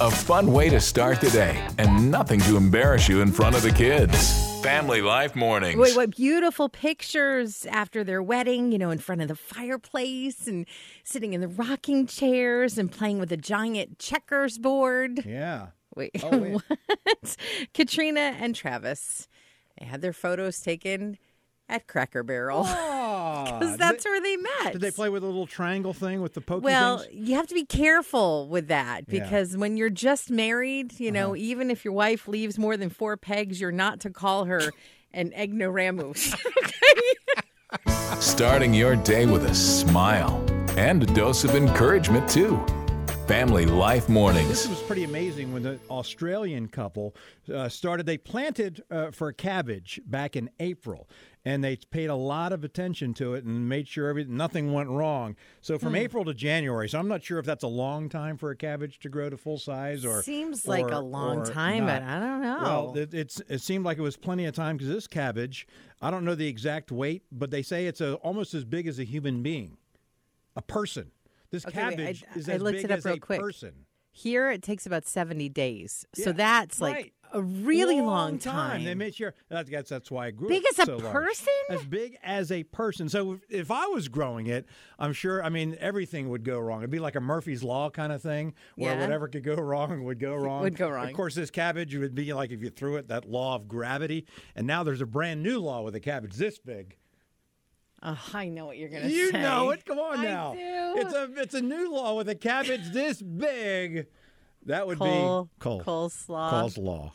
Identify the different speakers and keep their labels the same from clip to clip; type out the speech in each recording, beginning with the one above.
Speaker 1: A fun way to start the day and nothing to embarrass you in front of the kids. Family Life Mornings.
Speaker 2: Wait, what beautiful pictures after their wedding, you know, in front of the fireplace and sitting in the rocking chairs and playing with a giant checkers board.
Speaker 3: Yeah.
Speaker 2: Wait,
Speaker 3: Oh, wait.
Speaker 2: what? Katrina and Travis. They had their photos taken at Cracker Barrel.
Speaker 3: Ah,
Speaker 2: 'Cause
Speaker 3: did
Speaker 2: that's
Speaker 3: they,
Speaker 2: where they met.
Speaker 3: Did they play with a little triangle thing with the pokey
Speaker 2: Well,
Speaker 3: things?
Speaker 2: you have to be careful with that
Speaker 3: Yeah. Uh-huh.
Speaker 2: because when you're just married, you know, even if your wife leaves more than four pegs, you're not to call her an ignoramus.
Speaker 1: Starting your day with a smile and a dose of encouragement, too. Family Life
Speaker 3: This
Speaker 1: Mornings.
Speaker 3: was pretty amazing when the Australian couple uh, started. They planted uh, for cabbage back in April, and they paid a lot of attention to it and made sure everything nothing went wrong. So
Speaker 2: Hmm.
Speaker 3: from April to January, so I'm not sure if that's a long time for a cabbage to grow to full size or
Speaker 2: Seems like
Speaker 3: or-
Speaker 2: a long
Speaker 3: or
Speaker 2: time,
Speaker 3: not.
Speaker 2: but I don't know.
Speaker 3: Well, it, it's it seemed like it was plenty of time because this cabbage, I don't know the exact weight, but they say it's uh almost as big as a human being, a person. This
Speaker 2: Okay, wait, I-
Speaker 3: cabbage is
Speaker 2: I
Speaker 3: as
Speaker 2: looked
Speaker 3: big
Speaker 2: it up
Speaker 3: as
Speaker 2: real
Speaker 3: a
Speaker 2: quick.
Speaker 3: person.
Speaker 2: Here it takes about 70 days. so
Speaker 3: Yeah,
Speaker 2: that's like
Speaker 3: right.
Speaker 2: a really long, time.
Speaker 3: They made sure that's that's, that's why I grew
Speaker 2: Big
Speaker 3: it
Speaker 2: as a
Speaker 3: so large.
Speaker 2: person?
Speaker 3: As big as a person. So if I was growing it, I'm sure. I mean, everything would go wrong. It'd be like a Murphy's Law kind of thing, where
Speaker 2: Yeah.
Speaker 3: whatever could go wrong would go wrong.
Speaker 2: Would go wrong.
Speaker 3: Of course, this cabbage would be like if you threw it, that law of gravity. And now there's a brand new law with a cabbage this big.
Speaker 2: Ugh, I know what you're going to say.
Speaker 3: You know it. Come on
Speaker 2: I
Speaker 3: now.
Speaker 2: do.
Speaker 3: It's a it's a new law with a cabbage this big. That would
Speaker 2: Cole,
Speaker 3: be Cole.
Speaker 2: coleslaw.
Speaker 3: Cole's law.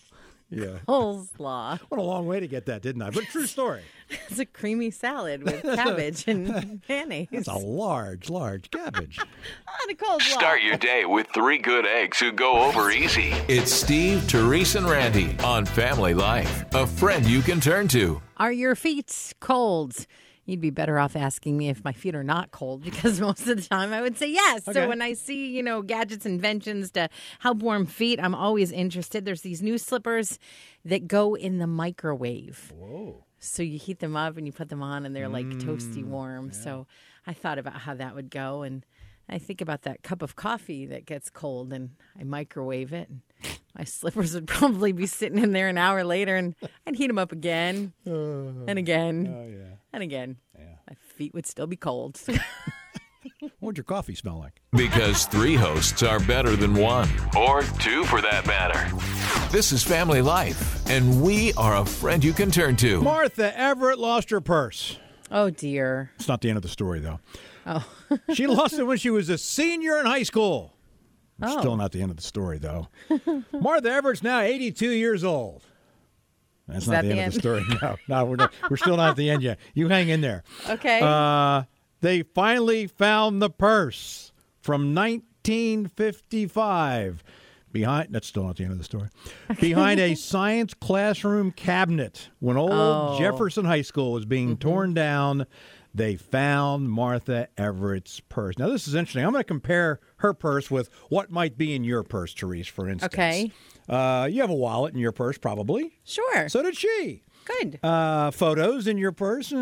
Speaker 3: Yeah.
Speaker 2: Coleslaw.
Speaker 3: What a long way to get that, didn't I? But true story.
Speaker 2: It's a creamy salad with cabbage and mayonnaise.
Speaker 3: It's a large, large cabbage.
Speaker 2: On a coleslaw.
Speaker 4: Start your day with three good eggs who go over easy.
Speaker 1: It's Steve, Therese, and Randy on Family Life. A friend you can turn to.
Speaker 2: Are your feet cold? You'd be better off asking me if my feet are not cold because most of the time I would say yes. So
Speaker 3: Okay.
Speaker 2: when I see, you know, gadgets, inventions to help warm feet, I'm always interested. There's these new slippers that go in the microwave. Whoa. So you heat them up and you put them on and they're like toasty warm. So I thought about how that would go and I think about that cup of coffee that gets cold and I microwave it. and My slippers would probably be sitting in there an hour later and I'd heat them up again and again
Speaker 3: Oh,
Speaker 2: and again. My feet would still be cold.
Speaker 3: what would your coffee smell like?
Speaker 1: Because three hosts are better than one.
Speaker 4: Or two for that matter.
Speaker 1: This is Family Life, and we are a friend you can turn to.
Speaker 3: Martha Everett lost her purse.
Speaker 2: oh dear.
Speaker 3: It's not the end of the story, though. Oh. she lost it when she was a senior in high school.
Speaker 2: Oh.
Speaker 3: Still not the end of the story, though. Martha Everett's now 82 years old. That's not
Speaker 2: that
Speaker 3: the,
Speaker 2: the
Speaker 3: end, of the story. No, no, we're, not, we're still not at the end yet. You hang in there.
Speaker 2: Okay.
Speaker 3: Uh, they finally found the purse from 1955 behind that's still not the end of the story behind a science classroom cabinet when old
Speaker 2: Oh.
Speaker 3: jefferson high school was being
Speaker 2: Mm-hmm.
Speaker 3: torn down they found martha everett's purse now this is interesting i'm going to compare her purse with what might be in your purse therese for instance
Speaker 2: Okay.
Speaker 3: uh, you have a wallet in your purse probably
Speaker 2: sure.
Speaker 3: so did she
Speaker 2: Good.
Speaker 3: uh, photos in your purse? Uh,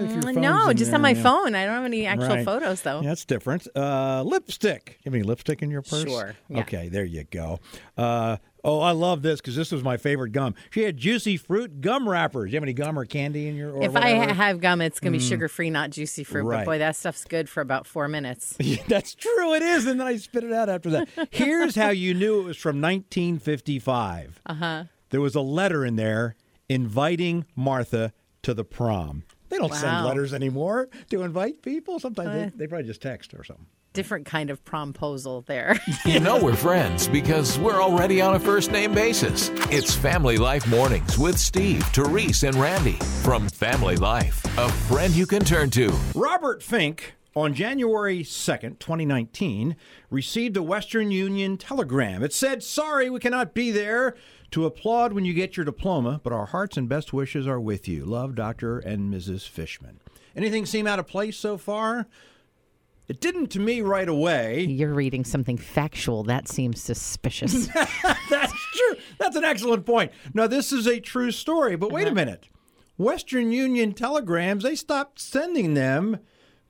Speaker 3: if your
Speaker 2: Mm,
Speaker 3: phone's
Speaker 2: no,
Speaker 3: in
Speaker 2: just
Speaker 3: there,
Speaker 2: on my
Speaker 3: yeah.
Speaker 2: phone. I don't have any actual
Speaker 3: Right.
Speaker 2: photos though.
Speaker 3: Yeah, that's different. Uh, lipstick. You have any lipstick in your purse?
Speaker 2: Sure, yeah.
Speaker 3: Okay, there you go. Uh, oh, I love this because this was my favorite gum. She had juicy fruit gum wrappers. You have any gum or candy in your? Or
Speaker 2: If I
Speaker 3: whatever? Mm.
Speaker 2: ha- have gum, it's gonna be sugar free, not juicy fruit. But
Speaker 3: Right.
Speaker 2: boy, that stuff's good for about four minutes.
Speaker 3: Yeah, That's true. It is, and then I spit it out after that. Here's how you knew it was from 1955. Uh
Speaker 2: Uh-huh.
Speaker 3: huh. There was a letter in there inviting Martha to the prom. They don't send
Speaker 2: Wow. Uh.
Speaker 3: letters anymore to invite people. Sometimes they, they probably just text or something.
Speaker 2: Different kind of promposal there.
Speaker 1: You know we're friends because we're already on a first name basis. It's Family Life Mornings with Steve, Therese, and Randy from Family Life, a friend you can turn to.
Speaker 3: Robert Fink, on January 2nd, 2019, received a Western Union telegram. It said, Sorry, we cannot be there to applaud when you get your diploma, but our hearts and best wishes are with you. Love, Dr. and Mrs. Fishman. Anything seem out of place so far? It didn't to me right away.
Speaker 2: You're reading something factual. That seems suspicious.
Speaker 3: That's true. That's an excellent point. Now, this is a true
Speaker 2: Uh-huh.
Speaker 3: story, but wait a minute. Western Union telegrams, they stopped sending them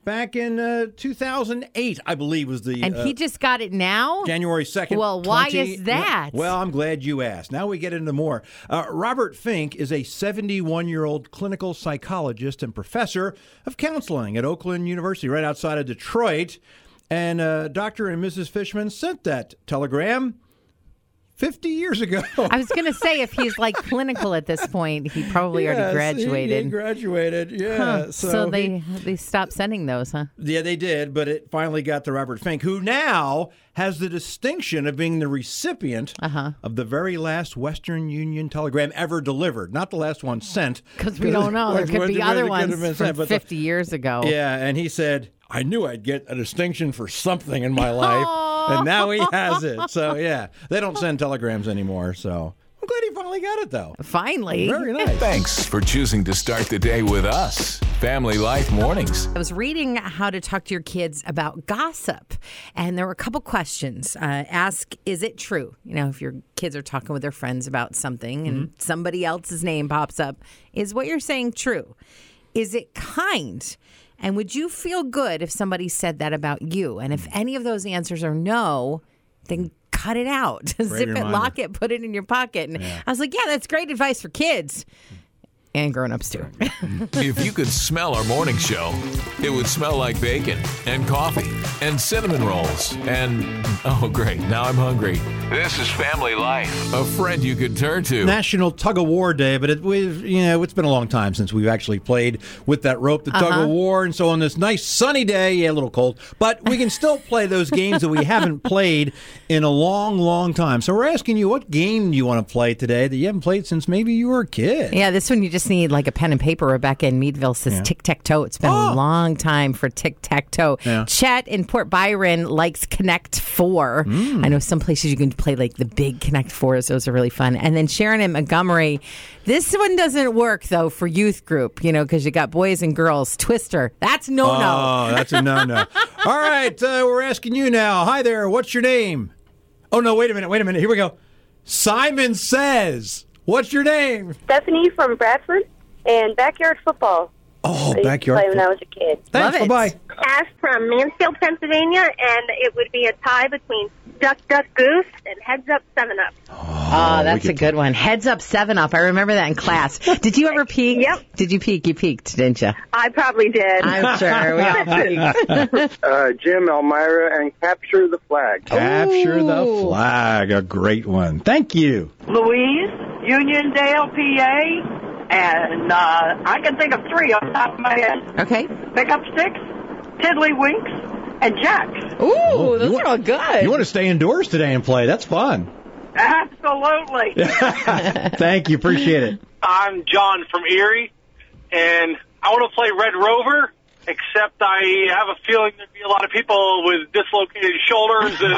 Speaker 3: back in uh, 2008, I believe was the
Speaker 2: And
Speaker 3: uh,
Speaker 2: he just got it now?
Speaker 3: January 2nd.
Speaker 2: Well, why
Speaker 3: 20
Speaker 2: is that?
Speaker 3: Well, I'm glad you asked. Now we get into more. Uh, Robert Fink is a 71 year old clinical psychologist and professor of counseling at Oakland University, right outside of Detroit. And uh, Dr. and Mrs. Fishman sent that telegram 50 years ago.
Speaker 2: I was going to say, if he's like clinical at this point, he probably
Speaker 3: Yes, he-
Speaker 2: already
Speaker 3: he
Speaker 2: graduated.
Speaker 3: graduated, yeah.
Speaker 2: Huh.
Speaker 3: So,
Speaker 2: So,
Speaker 3: he-
Speaker 2: they they stopped sending those, huh?
Speaker 3: Yeah, they did, but it finally got to Robert Fink, who now has the distinction of being the recipient
Speaker 2: Uh-huh.
Speaker 3: of the very last Western Union telegram ever delivered. Not the last one sent.
Speaker 2: Because we don't know. There
Speaker 3: Which-
Speaker 2: could
Speaker 3: which-
Speaker 2: be
Speaker 3: which
Speaker 2: other
Speaker 3: could have
Speaker 2: ones
Speaker 3: been
Speaker 2: from
Speaker 3: sent, but the-
Speaker 2: 50 years ago.
Speaker 3: yeah, and he said, I knew I'd get a distinction for something in my life.
Speaker 2: Aw.
Speaker 3: and now he has it. So, yeah, they don't send telegrams anymore. So I'm glad he finally got it, though.
Speaker 2: Finally.
Speaker 3: Very nice.
Speaker 1: Thanks for choosing to start the day with us. Family Life Mornings.
Speaker 2: I was reading how to talk to your kids about gossip, and there were a couple questions. Uh, ask, is it true? You know, if your kids are talking with their friends about something and somebody else's name pops up, is what you're saying true? Is it kind? And would you feel good if somebody said that about you? And if any of those answers are no, then cut it out. Zip it,
Speaker 3: reminder.
Speaker 2: lock it, put it in your pocket. And I was like, yeah, that's great advice for kids and grown ups too.
Speaker 1: If you could smell our morning show, it would smell like bacon and coffee and cinnamon rolls and oh great, now I'm hungry.
Speaker 4: This is Family Life.
Speaker 1: A friend you could turn to.
Speaker 3: National Tug of War Day, but it, we've you know it's been a long time since we've actually played with that rope,
Speaker 2: Uh-huh.
Speaker 3: the tug of war, and so on this nice sunny day, yeah, a little cold, but we can still play those games that we haven't played in a long, long time. So we're asking you, what game do you want to play today that you haven't played since maybe you were a kid?
Speaker 2: Yeah, this one you just need like a pen and paper. Rebecca in Meadville says tic tac toe. It's been
Speaker 3: Oh.
Speaker 2: a long time for tic tac toe.
Speaker 3: Yeah.
Speaker 2: Chet in Port Byron likes Connect Four.
Speaker 3: Mm.
Speaker 2: I know some places you can play like the big Connect Fours. Those are really fun. And then Sharon in Montgomery. This one doesn't work though for youth group, you know, because you got boys and girls. Twister. That's no no.
Speaker 3: Oh, that's a no-no. All right, uh, we're asking you now. Hi there, what's your name? Oh no, wait a minute, wait a minute. Here we go. Simon says, "What's your name?"
Speaker 5: Stephanie from Bradford and backyard football.
Speaker 3: Oh,
Speaker 5: I used to play when I was a kid.
Speaker 3: Thanks.
Speaker 2: Love it.
Speaker 3: Bye bye.
Speaker 5: Ash from Mansfield, Pennsylvania, and it would be a tie between Duck Duck Goose and Heads Up Seven Up.
Speaker 2: Oh, that's a good one. Heads up, seven up. I remember that in class. Did you ever peek?
Speaker 5: Yep.
Speaker 2: Did you peek? You peeked, didn't you?
Speaker 5: I probably did.
Speaker 2: I'm sure we all peeked.
Speaker 6: uh, Jim Elmira and capture the flag.
Speaker 3: Capture the
Speaker 2: Ooh.
Speaker 3: flag. A great one. Thank you.
Speaker 7: Louise, Uniondale, PA, and uh, I can think of three off the top of my head.
Speaker 2: Okay.
Speaker 7: Pick up sticks, Tiddlywinks, and Jacks.
Speaker 2: Ooh,
Speaker 3: those Oh, you are all
Speaker 2: good.
Speaker 3: You want to stay indoors today and play. That's fun.
Speaker 7: Absolutely.
Speaker 3: Thank you. Appreciate it.
Speaker 8: I'm John from Erie, and I want to play Red Rover, except I have a feeling there'd be a lot of people with dislocated shoulders. And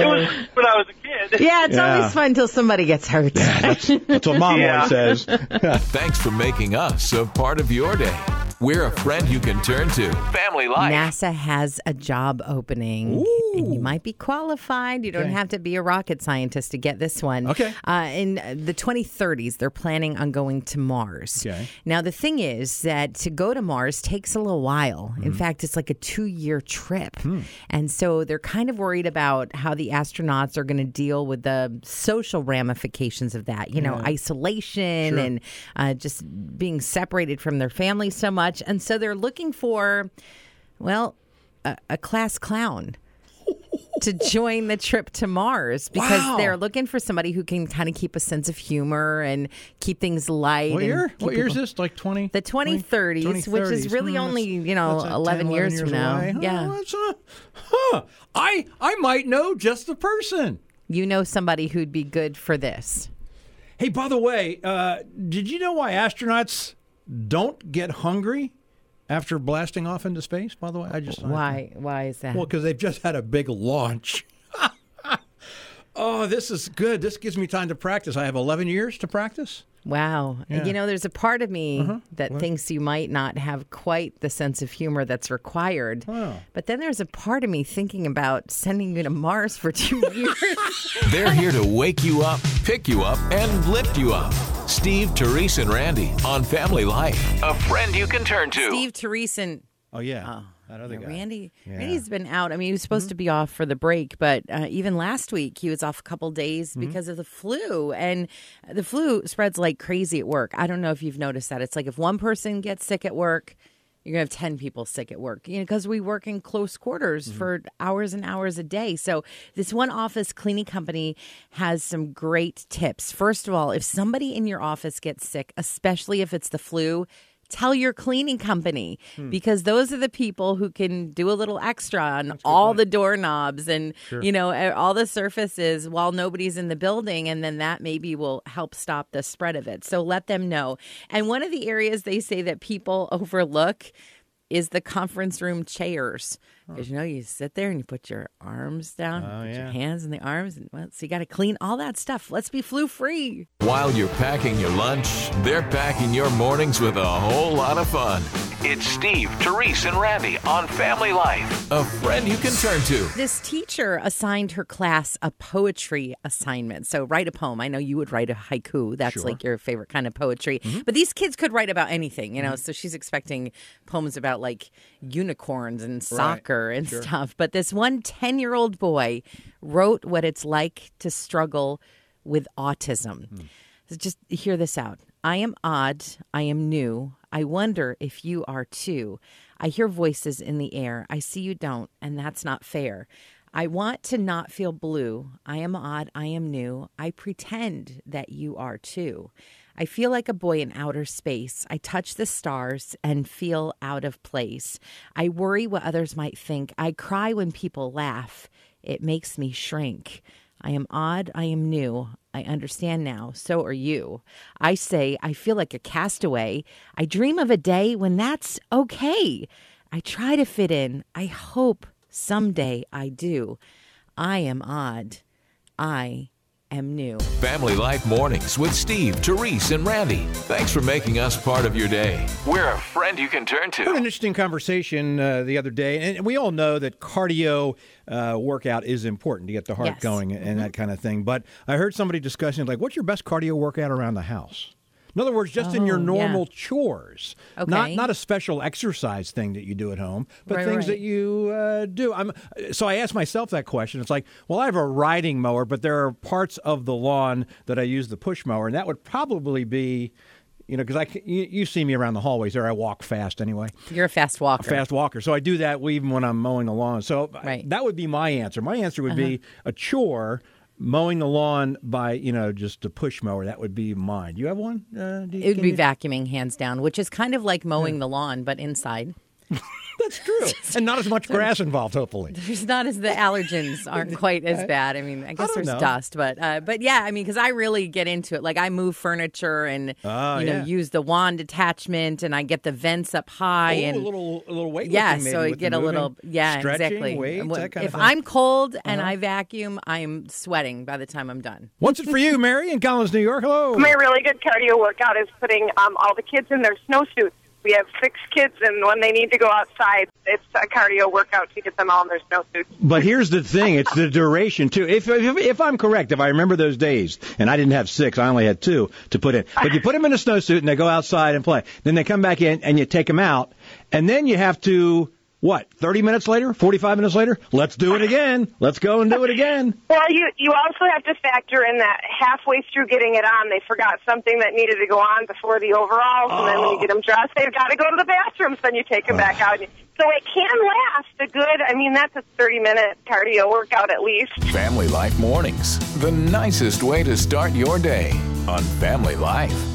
Speaker 8: it was when I was a kid.
Speaker 2: Yeah, it's
Speaker 3: Yeah.
Speaker 2: always fun until somebody gets hurt.
Speaker 3: That's what mom
Speaker 8: Yeah.
Speaker 3: always says.
Speaker 1: Thanks for making us a part of your day. We're a friend you can turn to.
Speaker 4: Family Life.
Speaker 2: NASA has a job opening, and you might be qualified. You don't have to be a rocket scientist to get this one.
Speaker 3: Okay.
Speaker 2: Uh, in the 2030s, they're planning on going to Mars.
Speaker 3: Okay.
Speaker 2: Now, the thing is that to go to Mars takes a little while. In
Speaker 3: Hmm.
Speaker 2: fact, it's like a two year trip. And so they're kind of worried about how the astronauts are going to deal with the social ramifications of that, you know, isolation and uh, just being separated from their family so much. And so they're looking for, well, a, a class clown to join the trip to Mars because
Speaker 3: Wow.
Speaker 2: they're looking for somebody who can kind of keep a sense of humor and keep things light.
Speaker 3: What
Speaker 2: and
Speaker 3: year?
Speaker 2: keep
Speaker 3: What year is
Speaker 2: people-
Speaker 3: this? Like 20?
Speaker 2: The 2030s, which is really
Speaker 3: Hmm,
Speaker 2: only,
Speaker 3: that's-
Speaker 2: you know,
Speaker 3: that's like
Speaker 2: 11 years from now.
Speaker 3: away. Huh,
Speaker 2: Yeah.
Speaker 3: that's, uh, huh. I, I might know just the person.
Speaker 2: You know somebody who'd be good for this.
Speaker 3: Hey, by the way, uh, did you know why astronauts don't get hungry after blasting off into space? By the way, I just
Speaker 2: Why? Why is that?
Speaker 3: Well, because they've just had a big launch. oh, this is good. This gives me time to practice. I have 11 years to practice.
Speaker 2: wow.
Speaker 3: Yeah. Uh-huh.
Speaker 2: You know, there's a part of me that thinks you might not have quite the sense of humor that's required.
Speaker 3: Wow.
Speaker 2: But then there's a part of me thinking about sending you to Mars for two years.
Speaker 1: They're here to wake you up, pick you up, and lift you up. Steve, Therese, and Randy on Family Life.
Speaker 4: A friend you can turn to.
Speaker 2: Steve Teresen.
Speaker 3: Oh yeah,
Speaker 2: Ah,
Speaker 3: that other guy.
Speaker 2: Randy,
Speaker 3: Yeah.
Speaker 2: Randy's been out. I mean, he was supposed to be off for the break, but uh, even last week he was off a couple days
Speaker 3: Mm-hmm.
Speaker 2: because of the flu, and the flu spreads like crazy at work. I don't know if you've noticed that. It's like if one person gets sick at work, you're gonna have ten people sick at work. You know, because we work in close quarters
Speaker 3: Mm-hmm.
Speaker 2: for hours and hours a day. So this one office cleaning company has some great tips. First of all, if somebody in your office gets sick, especially if it's the flu tell your cleaning company because those are the people who can do a little extra on all the doorknobs and you know e- all the surfaces while nobody's in the building and then that maybe will help stop the spread of it so let them know and one of the areas they say that people overlook is the conference room chairs because you know you sit there and you put your arms down you put your hands in the arms and well, so you got to clean all that stuff let's be flu free
Speaker 1: While you're packing your lunch, they're packing your mornings with a whole lot of fun.
Speaker 4: It's Steve, Therese, and Randy on Family Life.
Speaker 1: A friend you can turn to.
Speaker 2: This teacher assigned her class a poetry assignment. So write a poem. I know you would write a haiku. That's like your favorite kind of poetry. But these kids could write about anything, you know. So she's expecting poems about like unicorns and soccer and stuff. But this one 10-year-old boy wrote what it's like to struggle with autism. So just hear this out. I am odd. I am new. I wonder if you are too. I hear voices in the air. I see you don't, and that's not fair. I want to not feel blue. I am odd. I am new. I pretend that you are too. I feel like a boy in outer space. I touch the stars and feel out of place. I worry what others might think. I cry when people laugh. It makes me shrink. I am odd. I am new. I understand now. So are you. I say, I feel like a castaway. I dream of a day when that's okay. I try to fit in. I hope someday I do. I am odd. I am new.
Speaker 1: Family Life Mornings with Steve, Therese, and Randy. Thanks for making us part of your day.
Speaker 4: We're a friend you can turn
Speaker 3: Had an
Speaker 4: to.
Speaker 3: interesting conversation uh, the other day, and we all know that cardio uh, workout is important to get the heart
Speaker 2: Yes. Mm-hmm.
Speaker 3: going and that kind of thing. But I heard somebody discussing like, what's your best cardio workout around the house? In other words, just in your
Speaker 2: Oh, yeah.
Speaker 3: normal chores, not
Speaker 2: Okay.
Speaker 3: not a special exercise thing that you do at home, but
Speaker 2: Right,
Speaker 3: things
Speaker 2: right.
Speaker 3: that you uh, do. I'm so I asked myself that question. It's like, well, I have a riding mower, but there are parts of the lawn that I use the push mower, and that would probably be. You know, because I c- you, you see me around the hallways there. I walk fast anyway
Speaker 2: You're a fast walker.
Speaker 3: fast walker. So I do that even when I'm mowing the lawn. So
Speaker 2: Right. Uh-huh.
Speaker 3: that would be my answer. My answer would be a chore. Mowing the lawn by you know just a push mower that would be mine. You have one? Uh, do you-
Speaker 2: It would
Speaker 3: can
Speaker 2: be
Speaker 3: you-
Speaker 2: vacuuming hands down, which is kind of like mowing the lawn, but inside.
Speaker 3: That's true, and not as much grass involved. Hopefully,
Speaker 2: There's not as the allergens aren't quite as bad. I mean, I guess
Speaker 3: don't
Speaker 2: there's
Speaker 3: know.
Speaker 2: dust, but uh, but yeah, I mean, because I really get into it. Like I move furniture and
Speaker 3: Ah,
Speaker 2: you know
Speaker 3: yeah.
Speaker 2: use the wand attachment, and I get the vents up high
Speaker 3: Ooh,
Speaker 2: and
Speaker 3: Oh, a little a little weight.
Speaker 2: yeah,
Speaker 3: lifting
Speaker 2: so
Speaker 3: maybe
Speaker 2: I
Speaker 3: with the
Speaker 2: get a
Speaker 3: moving,
Speaker 2: little yeah,
Speaker 3: stretching,
Speaker 2: exactly.
Speaker 3: weights,
Speaker 2: And
Speaker 3: that kind
Speaker 2: if
Speaker 3: of thing.
Speaker 2: I'm cold and I vacuum, I'm sweating by the time I'm done.
Speaker 3: What's it for you, Mary in Collins, New York? Hello.
Speaker 9: My really good cardio workout is putting um, all the kids in their snowsuits. We have six kids, and when they need to go outside, it's a cardio workout to get them all in their snowsuits.
Speaker 10: But here's the thing: it's the duration too. If, if if I'm correct, if I remember those days, and I didn't have six, I only had two to put in. But you put them in a snowsuit and they go outside and play. Then they come back in and you take them out, and then you have to what? Thirty minutes later, forty-five minutes later, let's do it again. Let's go and do it again.
Speaker 9: Well, you you also have to factor in that halfway through getting it on, they forgot something that needed to go on before the overalls, and then when you get them dressed, they've got to go to the bathrooms. Then you take them back out. So it can last a good. I mean, that's a thirty-minute cardio workout at least.
Speaker 1: Family Life Mornings, the nicest way to start your day on Family Life.